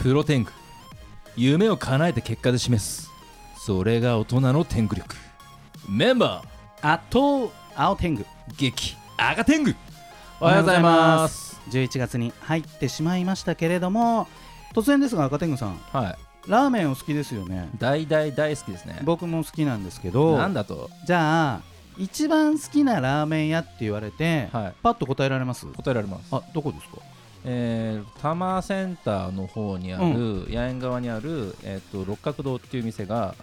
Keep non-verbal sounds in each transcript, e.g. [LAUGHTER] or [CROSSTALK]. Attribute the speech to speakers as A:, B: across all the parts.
A: プロテング夢を叶えて結果で示すそれが大人の天狗力メンバ
B: あと青天狗
A: ー激赤天狗おはようございます
B: 11月に入ってしまいましたけれども突然ですが赤天狗さん
A: はい
B: ラーメンお好きですよね
A: 大大大好きですね
B: 僕も好きなんですけど
A: なんだと
B: じゃあ一番好きなラーメン屋って言われて、
A: はい
B: パッと答えられます
A: 答えられます
B: あどこですか
A: えー、多摩センターの方にある、
B: う
A: 八重川にある、えー、と六角堂っていう店が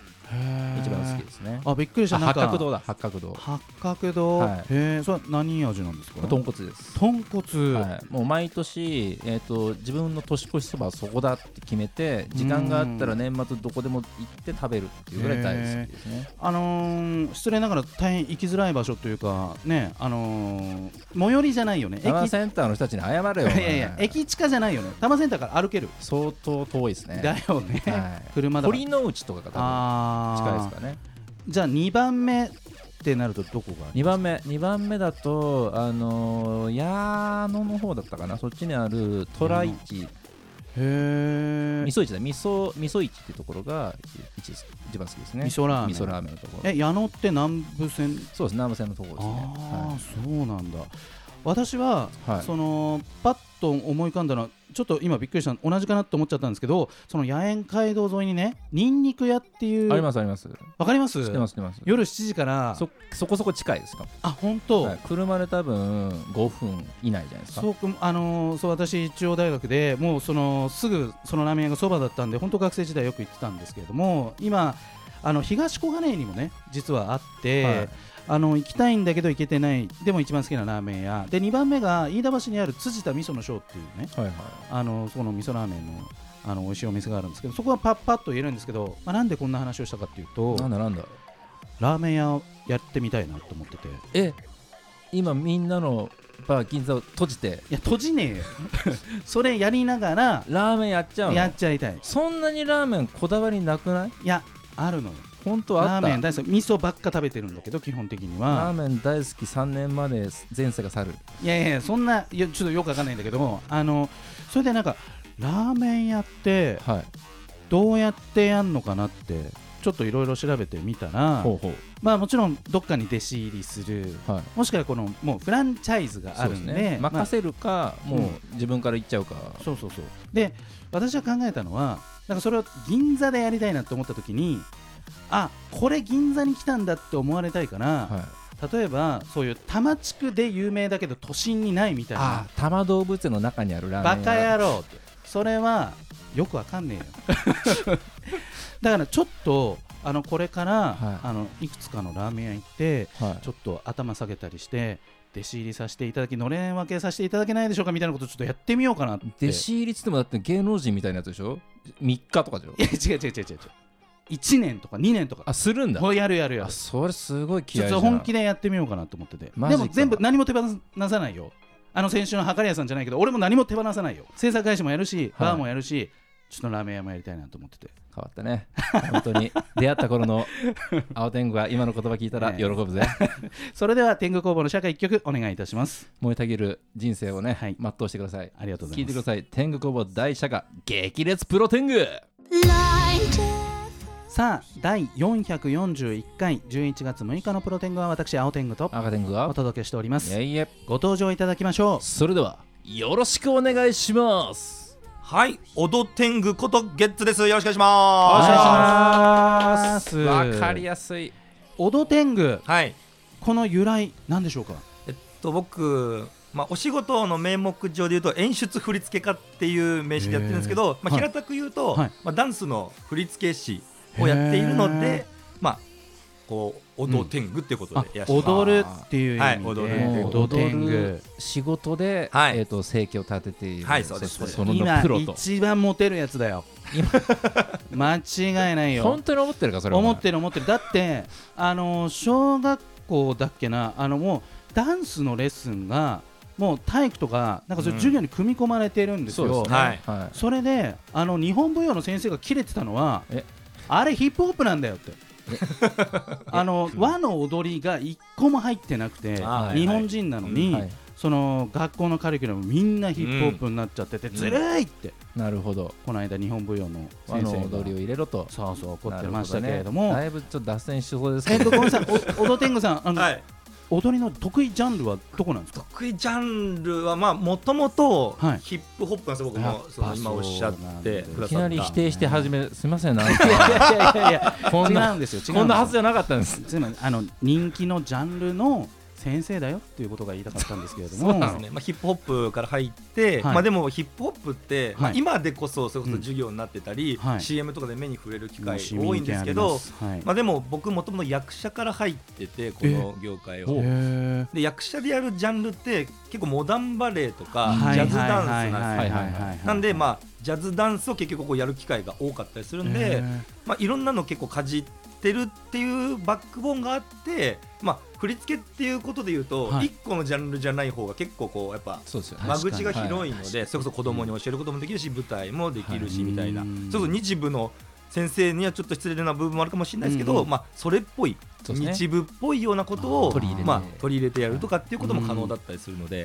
A: 一番好きですね
B: あびっくりした
A: あ
B: なん
A: 八
B: か
A: 角堂だ八角堂
B: 八角堂、
A: はい
B: へえそれは何味なんですか
A: 豚骨です
B: 豚骨、
A: はい、もう毎年、えー、と自分の年越しそばはそこだって決めて時間があったら年末どこでも行って食べるっていうぐらい大好きですね、
B: あのー失礼ながら大変行きづらい場所というかねあのー最寄りじゃないよね
A: 多摩センターの人たちに謝れよ
B: いやいや駅近じゃないよね多摩センターから歩ける、
A: 相当遠いですね
B: だよね、
A: はい
B: 車だから
A: 堀之内とかが多
B: あ
A: 分
B: ー
A: 近いですからね
B: じゃあ2番目ってなるとどこがある
A: 2番目二番目だとあのー矢野の方だったかなそっちにある虎市
B: へ
A: 味噌市だ味噌味噌市っていうところが一一番好きですね
B: 味噌ラーメン
A: 味噌ラーメンのところ
B: え矢野って南部線
A: そうです南武線のところ
B: あ
A: ですね
B: あ、そうなんだ私は、
A: はい
B: そのパッと思い浮かんだのはちょっと今びっくりした同じかなと思っちゃったんですけどその野猿街道沿いにねにんにく屋っていう
A: はいありますあります
B: わかります
A: 知ってます知ってます
B: 夜7時から
A: そそこそこ近いですか
B: あ本当、
A: はい、車で多分5分以内じゃないですか
B: そうくあのーそう私、中央大学でもうそのすぐそのラーメン屋がそばだったんで本当学生時代よく行ってたんですけれども今、あの東小金井にもね実はあって、
A: はい
B: あの行きたいんだけど行けてないでも一番好きなラーメン屋で2番目が飯田橋にある辻田味噌のショーっていうね
A: はいはい
B: あのそこの味噌ラーメンのあの美味しいお店があるんですけどそこはパッパッと言えるんですけど、まあ、なんでこんな話をしたかっていうと
A: なんだなんだ
B: ラーメン屋をやってみたいなと思っててい
A: え今みんなのバー銀座を閉じて
B: や閉じねえよ [LAUGHS] それやりながら
A: ラーメンやっちゃう
B: やっ
A: の
B: ちゃいたい
A: そんなにラーメンこだわりなくない
B: いやあるのよ
A: 本当あ
B: ラ
A: っ
B: ー
A: た
B: メン大好き味噌ばっか食べてるんだけど基本的に
A: ラー
B: は
A: メン大好き3年まで前世が去る
B: いやいやいやそんないやちょっとよくわかんないんだけどもあのそれでなんかラーメン屋って
A: はい
B: どうやってやんのかなってちょっといろいろ調べてみたら
A: ほうほ
B: まあもちろんどっかに弟子入りする
A: うはい
B: もしくはこのもうフランチャイズがあ
A: そう
B: る
A: です
B: んで
A: ね
B: まあ
A: 任せるか、
B: う
A: もうん自分から行っちゃうか
B: そうそうそうで私が考えたのはなんかそれを銀座でやりたいなと思った時にあこれ銀座に来たんだって思われたいから、
A: はい
B: 例えばそういう多摩地区で有名だけど都心にないみたい
A: あ
B: な
A: あ多摩動物園の中にあるラー
B: バ
A: メン
B: カ
A: 屋
B: 野郎ってそれはよくわかんねえよ
A: [LAUGHS]
B: だからちょっとあのこれから、
A: はい
B: い、あのいくつかのラーメン屋行って
A: はい
B: ちょっと頭下げたりして弟子入りさせていただきのれん分けさせていただけないでしょうかみたいなことちょっとやってみようかなって
A: 弟子入りっつってもだって芸能人みたいなやつでしょ3日とかでしょ
B: いや違う違う違う違う違う1年とか2年とか
A: あするんだ
B: こうやるやるや
A: あ
B: る
A: それすごい
B: ち
A: 気
B: ょ
A: 合
B: っ
A: いじゃ
B: と
A: ん
B: 本気でやってみようかなと思ってて
A: マ
B: で
A: ジか
B: も全部何も手放さないよあの先週のはかり屋さんじゃないけど俺も何も手放さないよ制作会社もやるし
A: はい
B: バーもやるし、ちょっとラーメン屋もやりたいなと思ってて
A: 変わったね本当に出会った頃
B: [LAUGHS]
A: の青天狗が今の言葉聞いたら喜ぶぜ、
B: それでは天狗工房の社会一曲お願いいたします
A: 燃えたぎる人生をね、
B: はい
A: 全うしてください
B: ありがとうござ
A: 聞
B: い
A: いて
B: ます
A: ください天狗工房大社が激烈プロ天狗
B: さあ第441回11月6日のプロ天狗は私青天狗と
A: 赤天狗
B: お
A: が
B: 届けしておりま
A: い
B: す
A: えいえ
B: ご登場いただきましょ
A: それではよろしくお願いします
C: はい、オドテングことゲッツです。よろしくお願いし
B: う
C: ます。
B: ます
A: わかりやすい
B: オド天狗
C: はい、
B: この由来なんでしょうか
C: えっと、僕、まあ、お仕事の名目上で言うと、演出振付家っていう名詞でやってるんですけど、まあ、
B: はい
C: 平たく言うと、
B: はい
C: まあ、ダンスの振付師をやっているの
B: へー
C: で。まあ、こう、オドテングっていうこと
B: あ
C: でいらっしゃいます。
B: 踊るっていう意味で、
C: はい踊る
B: オド天狗
A: 仕事で、
C: はい
A: えー、と生計を立てている、
C: はいそうです
A: そし
C: そ
A: てその名のプロ
B: 今
A: と
B: 一番モテるやつだよ間違いないよ
A: 本当に思ってるかそれは
B: 思ってる思ってるだってあのー小学校だっけなあのもうダンスのレッスンがもう体育とかなんかそういう授業に組み込まれてるんです
A: そう
B: よ、
A: ですね
C: はい
A: はい
B: それであの日本舞踊の先生がキレてたのは
A: え
B: あれヒップホップなんだよってあの和の踊りが一個も入ってなく
C: あ
B: て
C: ーはいはい
B: 日本人なのに、
A: はい
B: その学校のカリキュラムみんなヒップホップになっちゃってて、
A: ん
B: ずるいって
A: なるほど
B: この間日本舞踊の
A: あ
B: 先
A: の
B: 生
A: 踊りを
B: が
A: 入れろと
B: そうそう怒ってましたけれども
A: なるほねだいぶちょっと脱線しそうです
B: え
A: け
B: っと
A: ど、
B: ごめんなさいおおどてんごさんあの、
C: はい、
B: 踊りの得意ジャンルはどこなんですか
C: 得意ジャンルはまあもともと
B: はい
C: ヒップホップなんですよ僕
B: やっ
C: も
B: ぱ
C: その今おっしゃってくださった
A: いきなり否定して始めるすみませんなん
B: い
A: か
B: やいやいや
A: こん
B: いや違
A: な
B: うんですよ違うんですよ
A: こんなはずじゃなかったんです
B: つまりあの人気のジャンルの先生だよっていうことが言いたかったんですけれども
C: そうなんですねまあ、ヒップホップから入って、
B: はい
C: まあ、でもヒップホップって、まあ
B: はい
C: 今でこそそれこそ授業になってたり、
B: うんはい
C: CM とかで目に触れる機
B: もう
C: 会
B: 市
C: 多いん
B: 民
C: で
B: 権
C: す
B: あ
C: け
B: りま
C: ど
B: すはい
C: まあ、でも僕もともと役者から入っててこの業界を
B: へー
C: で役者でやるジャンルって結構モダンバレエとか
A: はい
C: ジャズダンスなんですよ、
A: はいはいはい
B: はい
C: なんで
B: あ
C: まあジャズダンスを結局こうやる機会が多かったりするんで、まあ、いろんなの結構かじってるっていうバックボーンがあって、まあ、振り付けっていうことでいうと、
B: はい
C: 1個のジャンルじゃない方が結構こうやっぱ
A: そうですよね
C: 間口が広いの
B: 確
C: で、それこそ子供に教えることもできるし舞台もできるし
B: はい
C: みたいな、
B: う
C: そ
B: ん
C: れこそ日舞の先生にはちょっと失礼な部分もあるかもしれないですけ
B: うん
C: ど、
B: うん
C: まあ、それっぽい
A: そうですね
C: 日舞っぽいようなこと
B: あー
C: を
B: 取り入れて
C: まあ、取り入れてやるとかっていうことも可能だったりするので、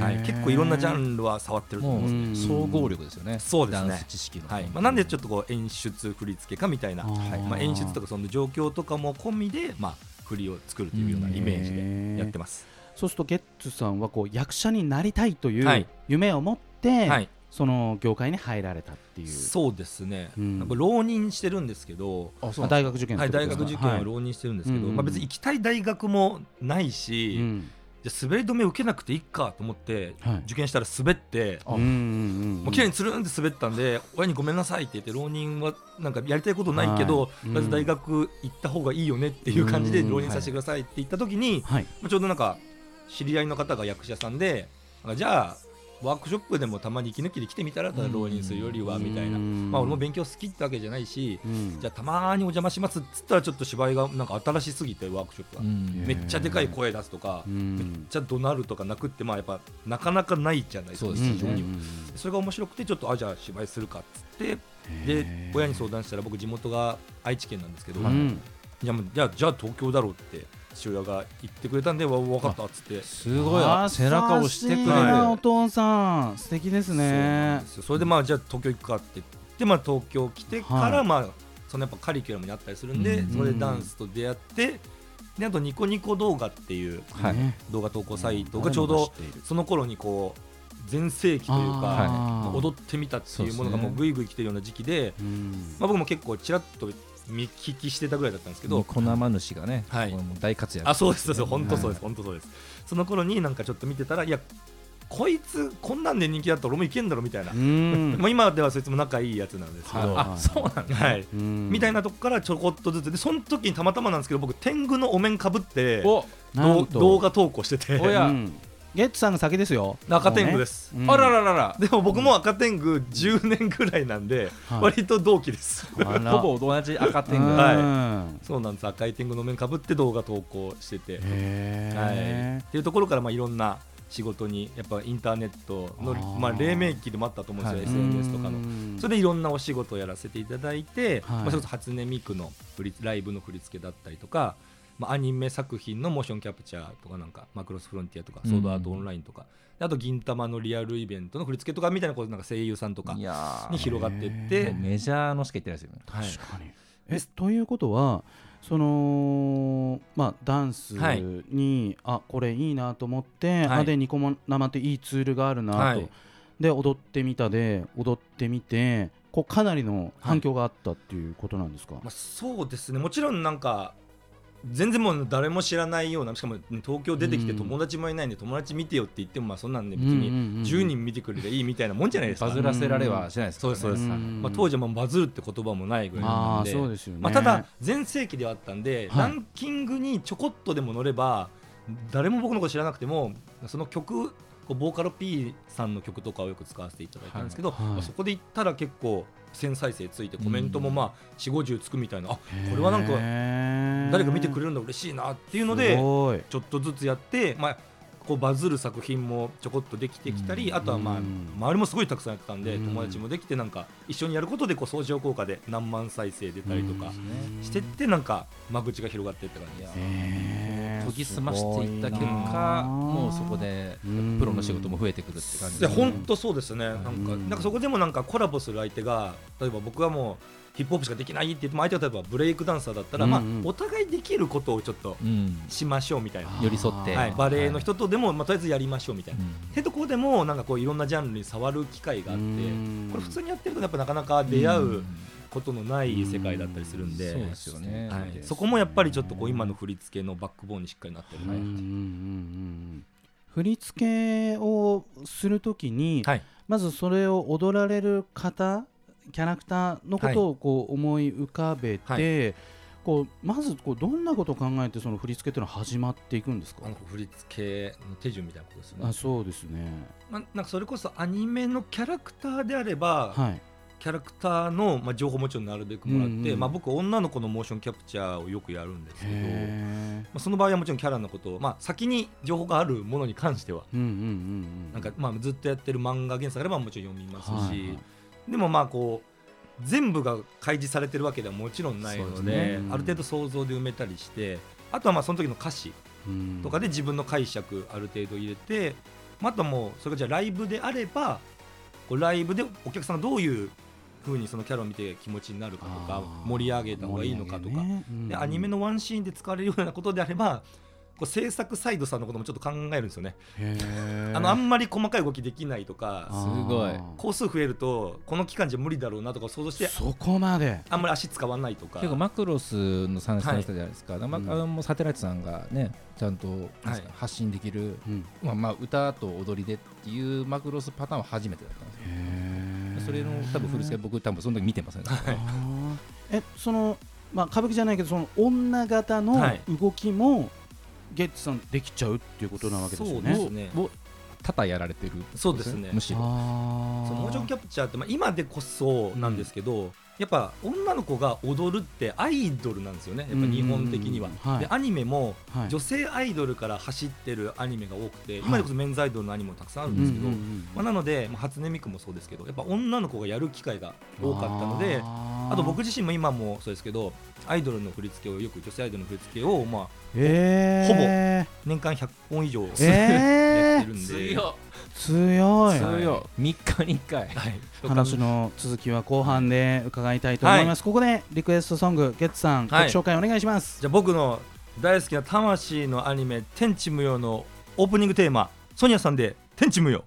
C: はい、結構いろんなジャンルは触ってると思い
A: も
C: ますね。
B: うん
A: う総合力ですよね
C: そうですね
A: ダンス知識の、
C: はいまあ、なんでちょっとこう演出振り付けかみたいな、
B: あー
C: はいまあ、演出とかその状況とかも込みで、まあ、振りを作るというようなイメージでやってます。
B: そうするとゲッツさんはこう役者になりたいとい
C: は
B: う
C: い
B: 夢を持って、
C: はい、
B: その業界に入られたっていう
C: そうですね、
B: うん
C: なんか浪人してるんですけど、
A: あそうな
B: まあ
A: ん
B: 大学受験
C: はい、大学受験を
B: を
C: 浪人してるんですけど、
B: はい
C: まあ、別に行きたい大学もないし、じゃあ滑り止め受けなくていいかと思って、
B: はい
C: 受験したら滑って、
A: あ
C: もう綺麗につるんで滑ったんで、親にごめんなさいって言って、浪人はなんかやりたいことないけど、
B: はいうん
C: まず大学行った方がいいよねっていう感じで、浪人させてくださいって言った時に、
B: はい
C: まあちょうどなんか知り合いの方が役者さんでなんかじゃあワークショップでもたまに息抜きで来てみたらただ浪人するよりはみたいな、
B: うん
C: まあ、俺も勉強好きってわけじゃないし、
B: うん
C: じゃあたまーにお邪魔しますっつったらちょっと芝居がなんか新しすぎてワークショップが、
A: うん
C: めっちゃでかい声出すとか、
B: うん
C: めっちゃ怒鳴るとか泣くってまあやっぱなかなかないじゃないですか
A: そうです
C: 非
A: ね
C: 常
A: うん
C: にはそれが面白くてちょっとあじゃあ芝居するかっつってで親に相談したら僕地元が愛知県なんですけど、
B: うんうん
C: いやもうじゃあじゃあ東京だろうって父親が言ってくれたんでわ分かったっつって
A: すごいあ背中を押してくれる
B: 優しいな
C: はい
B: お父さん素敵です
C: そうなん
B: ね
C: ですよそれでまあじゃあ東京行くかって言って、まあ、東京来てか
B: は
C: らまあそのやっぱカリキュラムにあったりするんで、
A: うん
C: それでダンスと出会ってであとニコニコ動画っていう
A: はい
B: ね
C: 動画投稿サイトがちょうどその頃にこう全盛期というか
B: あー
C: 踊ってみたっていうものが
A: そうですね
C: もうぐいぐい来てるような時期で、
B: うん
C: まあ、僕も結構ちらっと見聞きしてたぐらいだったんですけど、
A: ニコ生主がね、
C: はい
A: これもう大活躍
C: あそうですそうです本当そうです、
A: は
C: 本当そうですその頃になんかちょっと見てたらいやこいつこんなんで人気だったら俺もいけんだろみたいな、
B: うん
C: もう今ではそいつも仲いいやつなんですけど、
B: はい
C: あそうなんだ、はいみ
B: み
C: たいなとこからちょこっとずつでその時にたまたまなんですけど僕天狗のお面かぶって
A: いお
C: どう動画投稿してて
A: おや
B: うんゲッツさんが先ですよ
C: 中天狗です、
B: もうね
A: あらららら
C: でも僕も赤天狗10年ぐらいなんで、
B: はい
C: [LAUGHS] 割と同期です、
B: うんあら
A: ほぼ同じ赤点が
C: はい
B: うん
C: そうなんです赤い天狗のお面かぶって動画投稿しててはい、
B: へ
C: っていうところからまあいろんな仕事にやっぱインターネットの
B: あー
C: まあ、黎明期でもあったと思うんですよ、
B: ー
C: SNS とか
B: う
C: の。
B: ん
C: それでいろんなお仕事をやらせていただいて、
B: は
C: まあ、
B: い
C: それこそ初音ミクの振りライブの振り付けだったりとか、まあ、アニメ作品のモーションキャプチャーとかなんかマクロスフロンティアとか
A: うん
C: ソードアートオンラインとか、であと銀魂のリアルイベントの振り付けとかみたいなことなんか声優さんとか
A: い
C: に
A: やー
C: 広がっていっ
B: へ
C: て
A: もう、メジャーのしか言ってないですよね
C: はい
B: 確かにえということはそのまあダンス
C: はい
B: に、あこれいいなと思って、
C: はい
B: あでニコ生っていいツールがあるなと、
C: はい
B: で踊ってみたで踊ってみてこうかなりの反響があったっていうことなんですか、
C: まあ、そうですねもちろんなんか全然もう誰も知らないようなしかも東京出てきて
B: うん
C: 友達もいないんで友達見てよって言ってもまあそんなんで別
B: うんう
C: に
B: んうん
C: 10人見てくれりゃいいみたいなもんじゃないですか、
A: バズらせられはしないですからね
C: そうですそう
B: ですうん
C: まあ、当時はもうバズるって言葉もないぐらいな
B: あ
C: ん
B: あ
C: で
B: そうですよね、
C: まあ、ただ全盛期ではあったんで、
B: はい
C: ランキングにちょこっとでも乗れば誰も僕のこと知らなくてもその曲こうボーカル P さんの曲とかをよく使わせていただいたんですけど、
B: はいはい
C: まあそこで言ったら結構1000再生ついてコメントもまあ4 5 0つくみたいなあこ
B: へー
C: れはなんか誰か見てくれるんだ嬉しいなっていうの
B: す
C: で
B: ごい
C: ちょっとずつやって、まあ、こうバズる作品もちょこっとできてきたり、
A: うん
C: あとは、まあ、
B: うん
C: 周りもすごいたくさんやってたんで、
B: うん
C: 友達もできてなんか一緒にやることでこう相乗効果で何万再生出たりとか
B: うん
C: してってなんか間口が広がっていった感じです。
B: へー
A: 研ぎ澄ましていった結
C: すごい
A: 果
B: な
A: もうそこでプ
B: プ
A: ロの仕事も増えてくるって感じ
C: いや
A: です
C: 本当そうですね、なんか
B: うん
C: なんかそこでもなんかコラボする相手が例えば僕はもうヒップホップしかできないって言っても相手が例えばブレイクダンサーだったら、
B: うん
C: まあ、お互いできることをちょっと
A: うん
C: しましょうみたいな、
A: 寄り添って
C: はい、バレエの人とでも、まあ、とりあえずやりましょうみたいな。
A: う
C: へとこでもなんかこういろんなジャンルに触る機会があって
B: うん
C: これ普通にやってるとやっぱなかなか出会うことのない世界だったりするんで
A: そうですよね
C: は
A: そうです
C: い
A: ね
C: そこもやっぱりちょっとこう今の振り付けのバックボーンにしっかりなってる
B: うん
C: な
B: う
C: っ
B: んうんう
C: ていうん
B: 振り付けをするときに、
C: はい
B: まずそれを踊られる方キャラクターのことをこう思い浮かべて、
C: は
B: こうまずこうどんなことを考えてその振り付けというのは始まっていくんですか
C: あの振り付けの手順みたいなことですよね
B: あそうですね
C: まあ、なんかそれこそアニメのキャラクターであれば、
B: はい
C: キャラクターの、まあ、情報もちろんなるべくもらって、
B: うんうん
C: まあ、僕女の子のモーションキャプチャーをよくやるんですけど、ま
B: へえ
C: あ、その場合はもちろんキャラのことを、まあ、先に情報があるものに関しては
B: うんうんうんうん
C: なんか、まあ、ずっとやってる漫画原作あればもちろん読みますし、
B: はいはい
C: でもまあこう全部が開示されてるわけではもちろんないので
A: そうです
B: ね
C: ある程度想像で埋めたりしてあとはまあその時の歌詞
B: うん
C: とかで自分の解釈ある程度入れて、まあ、あともうそれがじゃあライブであればこうライブでお客さんがどういう風にそのキャラを見て気持ちになるかと
B: あ
C: か
B: ー
C: 盛り上げた方がいいのかとか、
B: 盛り上げねうん
C: でアニメのワンシーンで使われるようなことであればこう制作サイドさんのこともちょっと考えるんですよね。
B: へえ
C: あのあんまり細かい動きできないとか
A: すごい
B: あー
C: 個数増えるとこの期間じゃ無理だろうなとかを想像して
B: そこまで
C: あんまり足使わないとか
A: 結構マクロスの話されてたじゃないですか、まああのもうサテライトさんがねちゃんとなんですか発信できる、
B: うん
A: まあ、まあ歌と踊りでっていうマクロスパターンは初めてだったんですよ
B: へー
A: それの多分古付け僕多分その時見てません、
B: あーえそのまあ歌舞伎じゃないけどその女型の
C: はい
B: 動きもゲッツさんできちゃうっていうことなわけですよね。
C: そうですね
A: を多々やられてる
C: そうですね
A: むしろ
B: あー
C: そのモーションキャプチャーって、まあ、今でこそなんですけど、やっぱ女の子が踊るってアイドルなんですよねやっぱ日本的には。
B: うんはい
C: でアニメも
B: はい
C: 女性アイドルから走ってるアニメが多くて今でこそメンズアイドルのアニメもたくさんあるんですけど、
B: うんうんうん
C: まあ、なので、まあ、初音ミクもそうですけどやっぱ女の子がやる機会が多かったので。
B: あー
C: あと僕自身も今もそうですけどアイドルの振り付けをよく女性アイドルの振り付けをまあ
B: えー、
C: 年間100本以上や [LAUGHS] って
B: え
C: るん
B: ー、
C: で、
B: 強い
C: 強い
A: 3日に1回
C: はい
B: 話の続きは後半で伺いたいと思います、ここでリクエストソングゲッツさん、
C: はい
B: ご紹介お願いします
C: じゃあ僕の大好きな魂のアニメ「天地無用」のオープニングテーマソニアさんで「天地無用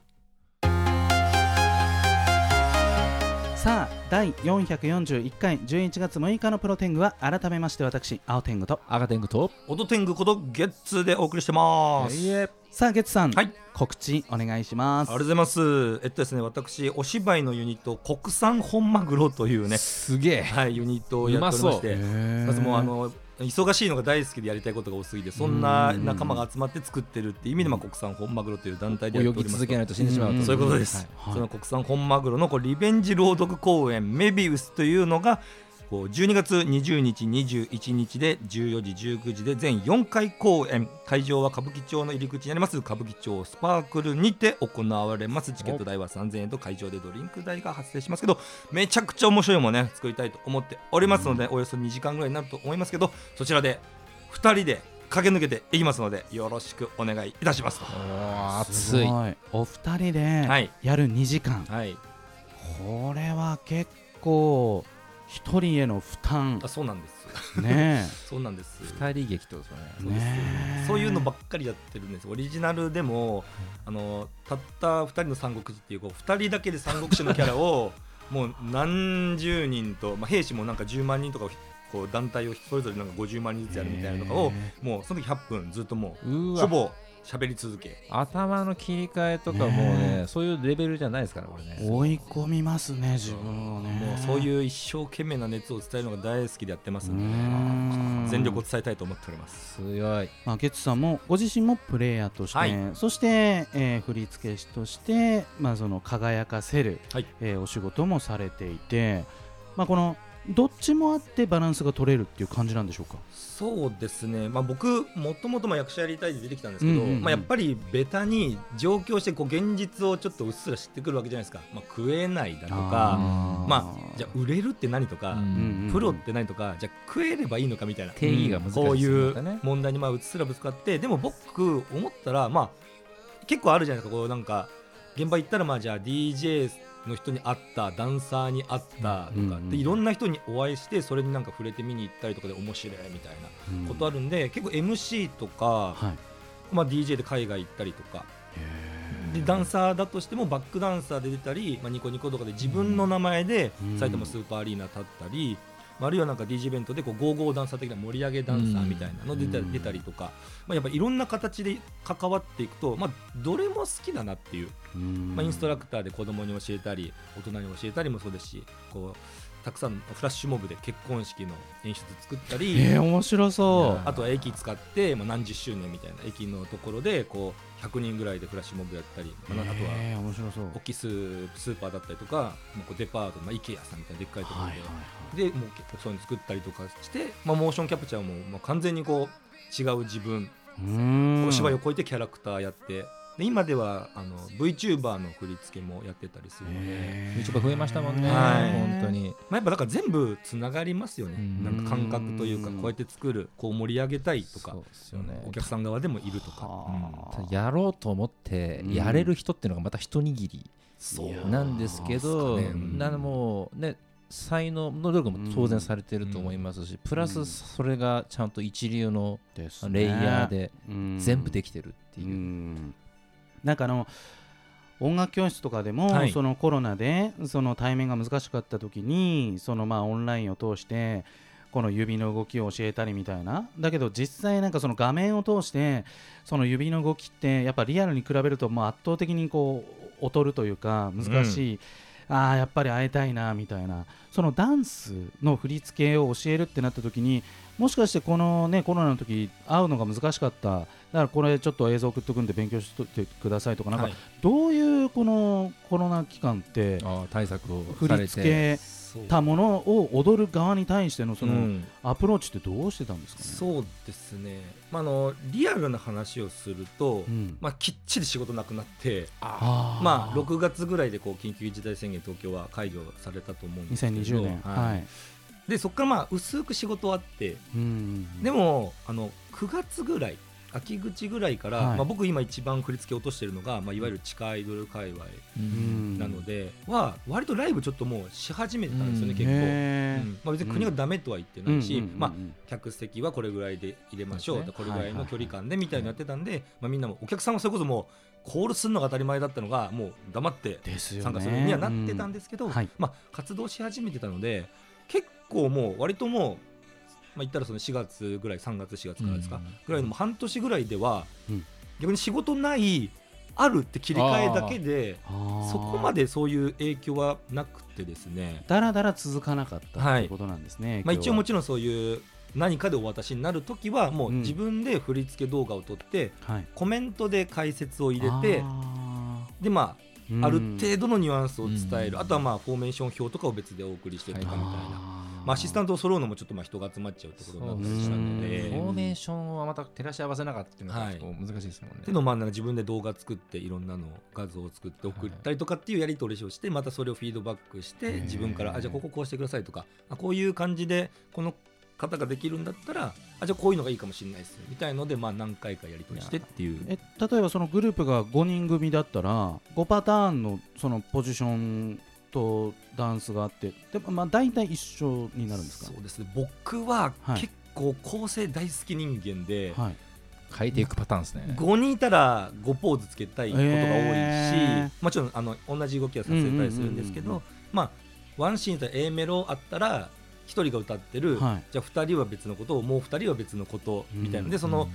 B: さあ第441回11月6日のプロテングは改めまして私青天狗と
A: 赤天狗と」
C: 音天狗ことゲッツーでお送りしてます、
B: さあゲッツさん、
C: はい
B: 告知お願いします
C: ありがとうございます。えっとですね、私、お芝居のユニット、国産本マグロというね、
A: すげえ
C: はい、ユニットをやっておりまして、まずもうあ
B: の
C: の忙しいのが大好きでやりたいことが多すぎてそんな仲間が集まって作ってるっていう意味でまあ国産本マグロという団体でや
A: 泳
C: ってお
A: ぎ
C: ります
A: 続けないと死んでしまうと、
B: うん
C: そういうことです、
B: はい
C: その国産本マグロのこうリベンジ朗読公演メビウスというのがこう12月20日21日で14時19時で全4回公演会場は歌舞伎町の入り口にあります歌舞伎町スパークルにて行われますチケット代は3000円と会場でドリンク代が発生しますけどめちゃくちゃ面白いもんね作りたいと思っておりますので、およそ2時間ぐらいになると思いますけどそちらで2人で駆け抜けていきますのでよろしくお願いいたしますと
A: おー熱い
B: お二人
C: はい
B: でやる2時間、
C: はい
B: これは結構一人への負担
C: あそうなんです
B: ね
C: そうなんです
A: 二人劇ってことですよね
B: え
C: そうです
B: ねえ
C: そういうのばっかりやってるんですオリジナルでもあのたった2人の三国志っていうこう2人だけで三国志のキャラをもう何十人と、まあ、兵士もなんか10万人とかをこう団体をそれぞれなんか50万人ずつやるみたいなのとかをもうその時100分ずっとも
A: う
C: う
A: ーわ
C: ほぼ喋り続け
A: 頭の切り替えとかもうねそういうレベルじゃないですから俺ね
B: 追い込みますね自分をね
C: もうそういう一生懸命な熱を伝えるのが大好きでやってますんで
B: うん
C: 全力を伝えたいと思っております
A: 強い
B: まあ、ゲッツさんもご自身もプレイヤーとして、
C: はい
B: そして、えー振り付け師として、まあ、その輝かせる、
C: はい
B: えーお仕事もされていて、まあ、このどっちもあってバランスが取れるっていう感じなんでしょうか
C: そうですね、まあ、僕もともとも役者やりたいで出てきたんですけど、
B: うんうんうん
C: まあ、やっぱりベタに上京してこう現実をちょっとうっすら知ってくるわけじゃないですか、まあ、食えないだとか
B: ー
C: まあじゃあ売れるって何とか、
A: うん
C: プロって何とかじゃあ食えればいいのかみたいな
A: 定義が難しい
C: こうい
A: ですね
C: う問題にまあうっすらぶつかってでも僕思ったらまあ結構あるじゃないですかこうなんか現場行ったらまあじゃあ DJ の人に会ったダンサーに会った
B: う
C: と
B: んう
C: か
B: んうん
C: でいろんな人にお会いしてそれになんか触れて見に行ったりとかで面白いみたいなことあるんで結構 MC とか
B: はい
C: まあ DJ で海外行ったりとかでダンサーだとしてもバックダンサーで出たり、まあ、ニコニコとかで自分の名前で
B: うん
C: 埼玉スーパーアリーナ立ったり、まああるいはなんか DJ イベントでこうゴーゴーダンサー的な盛り上げダンサーみたいなの出た,、
B: うん
C: 出たりとか、まあ、やっぱいろんな形で関わっていくと、まあ、どれも好きだなっていう、まあ、インストラ
B: ク
C: クターで子供に教えたり大人に教えたりもそうですしこうたくさんのフラッシュモブで結婚式の演出作ったり。
B: えー、面白そ
C: あとは駅使って、まあ、何十周年みたいな駅のところでこう100人ぐらいでフラッシュモブやったり、
B: う
C: まあ、あとは
B: えー面白そう
C: 大きいスースーパーだったりとか、まあ、こうデパートの、まあ、IKEA さんみたいなでっかいところ
B: は
C: で,、
B: いはい
C: でもう結構そういうの作ったりとかして、まあ、モーションキャプチャーも、まあ、完全にこう違う自分、
B: はい
C: お芝居を
B: く
C: 超えてキャラクターやってで今ではあの VTuber の振り付けもやってたりするので、
A: YouTuber 増えましたもんね、
C: はい
A: 本当に
C: まあ、やっぱだから全部つながりますよね、
A: うん
C: なんか感覚というか
B: うん
C: こうやって作るこう盛り上げたいとか
A: そうですよね
C: お客さん側でもいるとか、
B: は
A: ただやろうと思って
B: うん
A: やれる人っていうのがまた一握り
C: そう
A: なんですけど、
C: いやーそうっすかねうん
A: なんでもうね才能の努力も当然されてると思いますし、プラ
B: うん
A: スそれがちゃんと一流の
B: ですね
A: レイヤーで全部で
B: き
A: きてるって
B: う
A: いう、
B: んなんかあの音楽教室とかでも、
C: はい
B: そのコロナでその対面が難しかった時にそのまあオンラインを通してこの指の動きを教えたりみたいなだけど実際なんかその画面を通してその指の動きってやっぱリアルに比べるともう圧倒的にこう劣るというか難しい、ああやっぱり会いたいなみたいなそのダンスの振り付けを教えるってなった時にもしかしてこのねコロナの時会うのが難しかっただからこれちょっと映像送っとくんで勉強しといてくださいとかなんか
C: はい
B: どういうこのコロナ期間って
A: ああ対策を
B: 振
A: さ
B: り
A: れ
B: 付
A: て
B: け
C: そう
B: たものを踊る側に対してのそうの
C: ん
B: アプローチってどうしてたんですかね、
C: そうですね、まあ、あのリアルな話をすると、
B: うん
C: まあ、きっちり仕事なくなって
B: あー
C: まあ、6月ぐらいでこう緊急事態宣言東京は解除されたと思うんですけど
B: 2020年
C: はい
B: はい、
C: でそこからまあ薄く仕事はあって
B: うん
C: でもあの9月ぐらい秋口ぐらいから、
B: はい
C: まあ、僕今一番振り付け落としてるのが、まあ、いわゆる地下アイドル界隈
A: う
B: うんん
C: なので、は割とライブちょっともうし始めてたんですよね、
A: うん
C: 結構。
B: へー
C: うんまあ、別に国がダメとは言ってないし、
B: うんうんうんうん
C: まあ、客席はこれぐらいで入れましょう、
A: そうですね
C: これぐらいの距離感でみたいにやってたんで、まあ、みんなもお客さんはそれこそもうコールするのが当たり前だったのがもう黙って
B: ですよね
C: 参加するようにはなってたんですすけど、
B: うんはい
C: まあ、活動し始めてたので結構もう割ともう、まあ、言ったらその4月ぐらい3月4月からですか、
A: うん
C: ぐらいのもう半年ぐらいでは、
B: うん
C: 逆に仕事ないあるって切り替えだけでそこま
B: で
C: でそういう影響はなくてですね。
B: だらだら続かなかったと
C: はい
B: いうことなんですね、
C: まあ、一応も
B: ち
C: ちろんそういう何かでお渡しになるときはもう
B: うん
C: 自分で振り付け動画を撮って
B: ろん、はい、
C: コメントで解説を入れて
B: あ
C: でま
B: ー
C: あある程度のニュアンスを伝え
A: うん
C: るあとはまあフォーメーション表とかを別でお送りしてるとかみたい
A: はい
C: なまあアシスタントを揃うのもちょっとまあ人が集まっちゃうところになったりしたの
A: フ
B: そうですね
C: で。
A: ォーメーションはまた照らし合わせなかったっていうのが
C: はい
A: 結構難しいですもんね、
C: っていうのをまあなんか自分で動画作っていろんなの画像を作って送ったりとかっていうやり取りをしてまたそれをフィードバックして自分からあじゃあこここうしてくださいとかあこういう感じでこの方ができるんだったらあじゃあこういうのがいいかもしれないですみたいのでまあ何回かやり取りしてっていう
B: え例えばそのグループが5人組だったら5パターンのそのポジションとダンスがあってでもまあ大体一緒になるんですか
C: そうですね僕は
B: はい
C: 結構構成大好き人間で、
B: はい、
A: 変えていくパターンですね
C: 5人いたら5ポーズつけたいことが多いし、
B: え
C: もちろんあの同じ動きはさせたりするんですけ
B: うんうんうんうん
C: ど
B: う
C: まあワンシーンと A メロあったら1人が歌ってる、
B: はい
C: じゃあ2人は別のことをもう2人は別のことみたいなので、
B: うん
C: その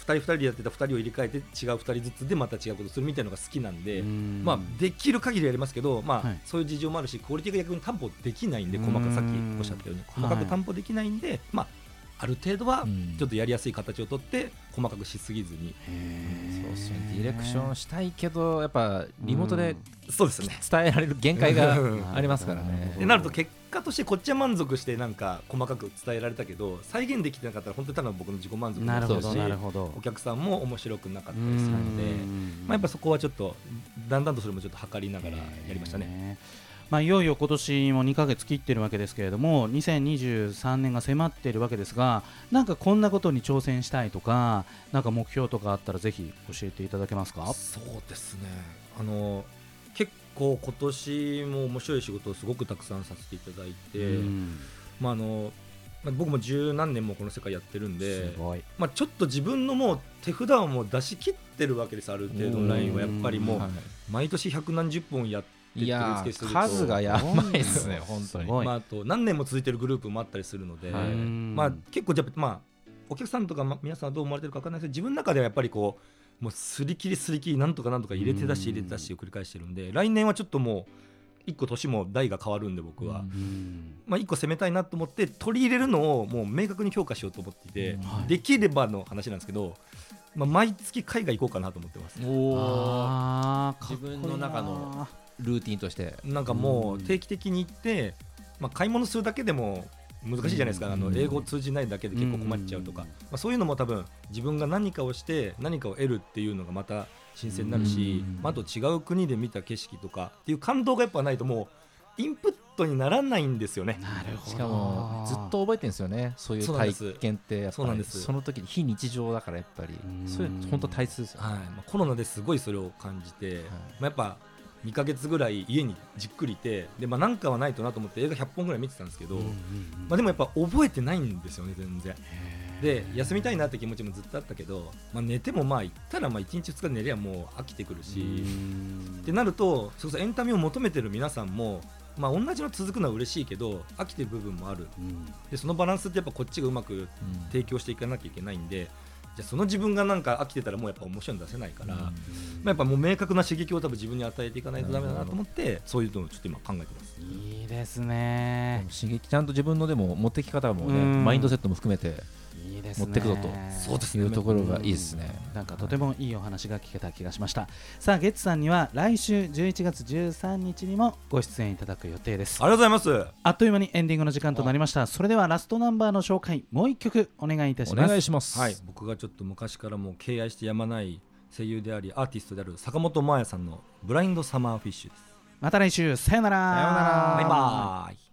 C: 2人2人でやってた2人を入れ替えて違う2人ずつでまた違うことするみたいなのが好きなんで、まあ、できる限りやりますけど、まあ
B: はい
C: そういう事情もあるしクオリティが逆に担保できないんで細か
B: う
C: く
B: ん
C: さっきおっしゃったように細か
B: は
C: く
B: い
C: 担保できないんで、まあ、ある程度は
A: うん
C: ちょっとやりやすい形をとって細かくしすぎずに、
A: そうっすねディレクションしたいけどやっぱリモートで
C: そうですね
A: 伝えられる限界が
C: うん
A: ありますから
B: なるほ
A: ね
B: ど
C: でなると結果としてこっちは満足してなんか細かく伝えられたけど再現できてなかったら本当にただ僕の自己満足
B: なるほ
A: そ
B: ど
A: う
B: なる
C: し
B: ほど
C: お客さんも面白くなかった
B: う
C: りするので。
B: ん
C: まあ、やっぱそこはちょっとだんだんとそれもちょっと測りながらやりましたね。
B: ね。まあ、いよいよ今年も2ヶ月切ってるわけですけれども2023年が迫ってるわけですがなんかこんなことに挑戦したいとかなんか目標とかあったらぜひ教えていただけますか
C: そうですねあの結構今年も面白い仕事をすごくたくさんさせていただいて、
B: うん
C: まああのまあ僕も十何年もこの世界やってるんです
B: ごい
C: まあ、ちょっと自分のもう手札をもう出し切ってるわけですある程度のラインはやっぱりも
B: ん
C: う
A: は
C: 毎年百何十本やって
A: い、いや
C: 手付けして
A: ー
C: ると
A: 数がやばいですね
B: うん
A: 本当
B: す
A: に
B: ごい
C: まあ、あと何年も続いてるグループもあったりするので、
A: はい
B: うん
C: まあ、結構じゃあまあお客さんとか、ま、皆さんどう思われてるか分かんないですけど自分の中ではやっぱりこうもうすり切りすり切りなんとかなんとか入れて出し
B: うん
C: 入れて出しを繰り返してるんで来年はちょっともう一個年も代が変わるんで僕は、
A: うん
B: うん
C: まあ、一個攻めたいなと思って取り入れるのをもう明確に強化しようと思っていて、
B: はい
C: できればの話なんですけど、まあ、毎月海外行こうかなと思ってます。
A: おー
B: あーかっ
A: 自
B: こいいな
A: 分の中のルーティンとして
C: なんかも
B: う
C: うん定期的に行って、まあ、買い物するだけでも難しいじゃないですか、
B: うん
C: あの英語通じないだけで結構困っちゃうとか、
B: うん
C: まあ、そういうのも多分自分が何かをして何かを得るっていうのがまた新鮮になるし、
B: うん
C: まあ、あと違う国で見た景色とかっていう感動がやっぱないともうインプットにならないんですよね。
B: なるほど
A: しかもずっと覚えてるんですよねそういう
C: そうなんで
A: 体
C: す
A: 験ってやっぱり
C: そうなんです
A: その時に非日常だからやっぱり
B: うん
A: それ本当大切ですよね
C: はいまあ、コロナですごいそれを感じて、まあ、やっぱ2ヶ月ぐらい家にじっくりいてで、まあ、なんかはないとなと思って映画100本ぐらい見てたんですけど、
B: うんうんうん
C: まあ、でもやっぱ覚えてないんですよね全然。で休みたいなって気持ちもずっとあったけど、まあ、寝てもまあ行ったらまあ1日2日で寝りゃもう飽きてくるし、
B: うん
C: ってなるとそれこそエンタメを求めてる皆さんも、まあ、同じの続くのは嬉しいけど飽きてる部分もある
B: うん
C: でそのバランスってやっぱこっちがうまく提供していかなきゃいけないんでじゃあその自分がなんか飽きてたらもうやっぱ面白いの出せないから、まあ、やっぱもう明確な刺激を多分自分に与えていかないとダメだなと思ってそういうのをちょっと今考えてます。
B: いいですね
A: 刺激ちゃんと自分のでも持ってき方もね
B: うん
A: マインドセットも含めて
B: いいですね
A: 持ってくぞと
C: そうです
A: い
C: ね
A: うところがいいですね
B: なんかとてもいいお話が聞けた気がしましたさあゲッツさんには来週11月13日にもご出演いただく予定です
C: ありがとうございます
B: あっという間にエンディングの時間となりましたそれではラストナンバーの紹介もう一曲お願いいたし
A: お
B: ます
A: 願いします
C: はい、僕がちょっと昔からもう敬愛してやまない声優でありアーティストである坂本真綾さんの「ブラインドサマーフィッシュ」です。
B: また来週さよなら
C: バイバーイ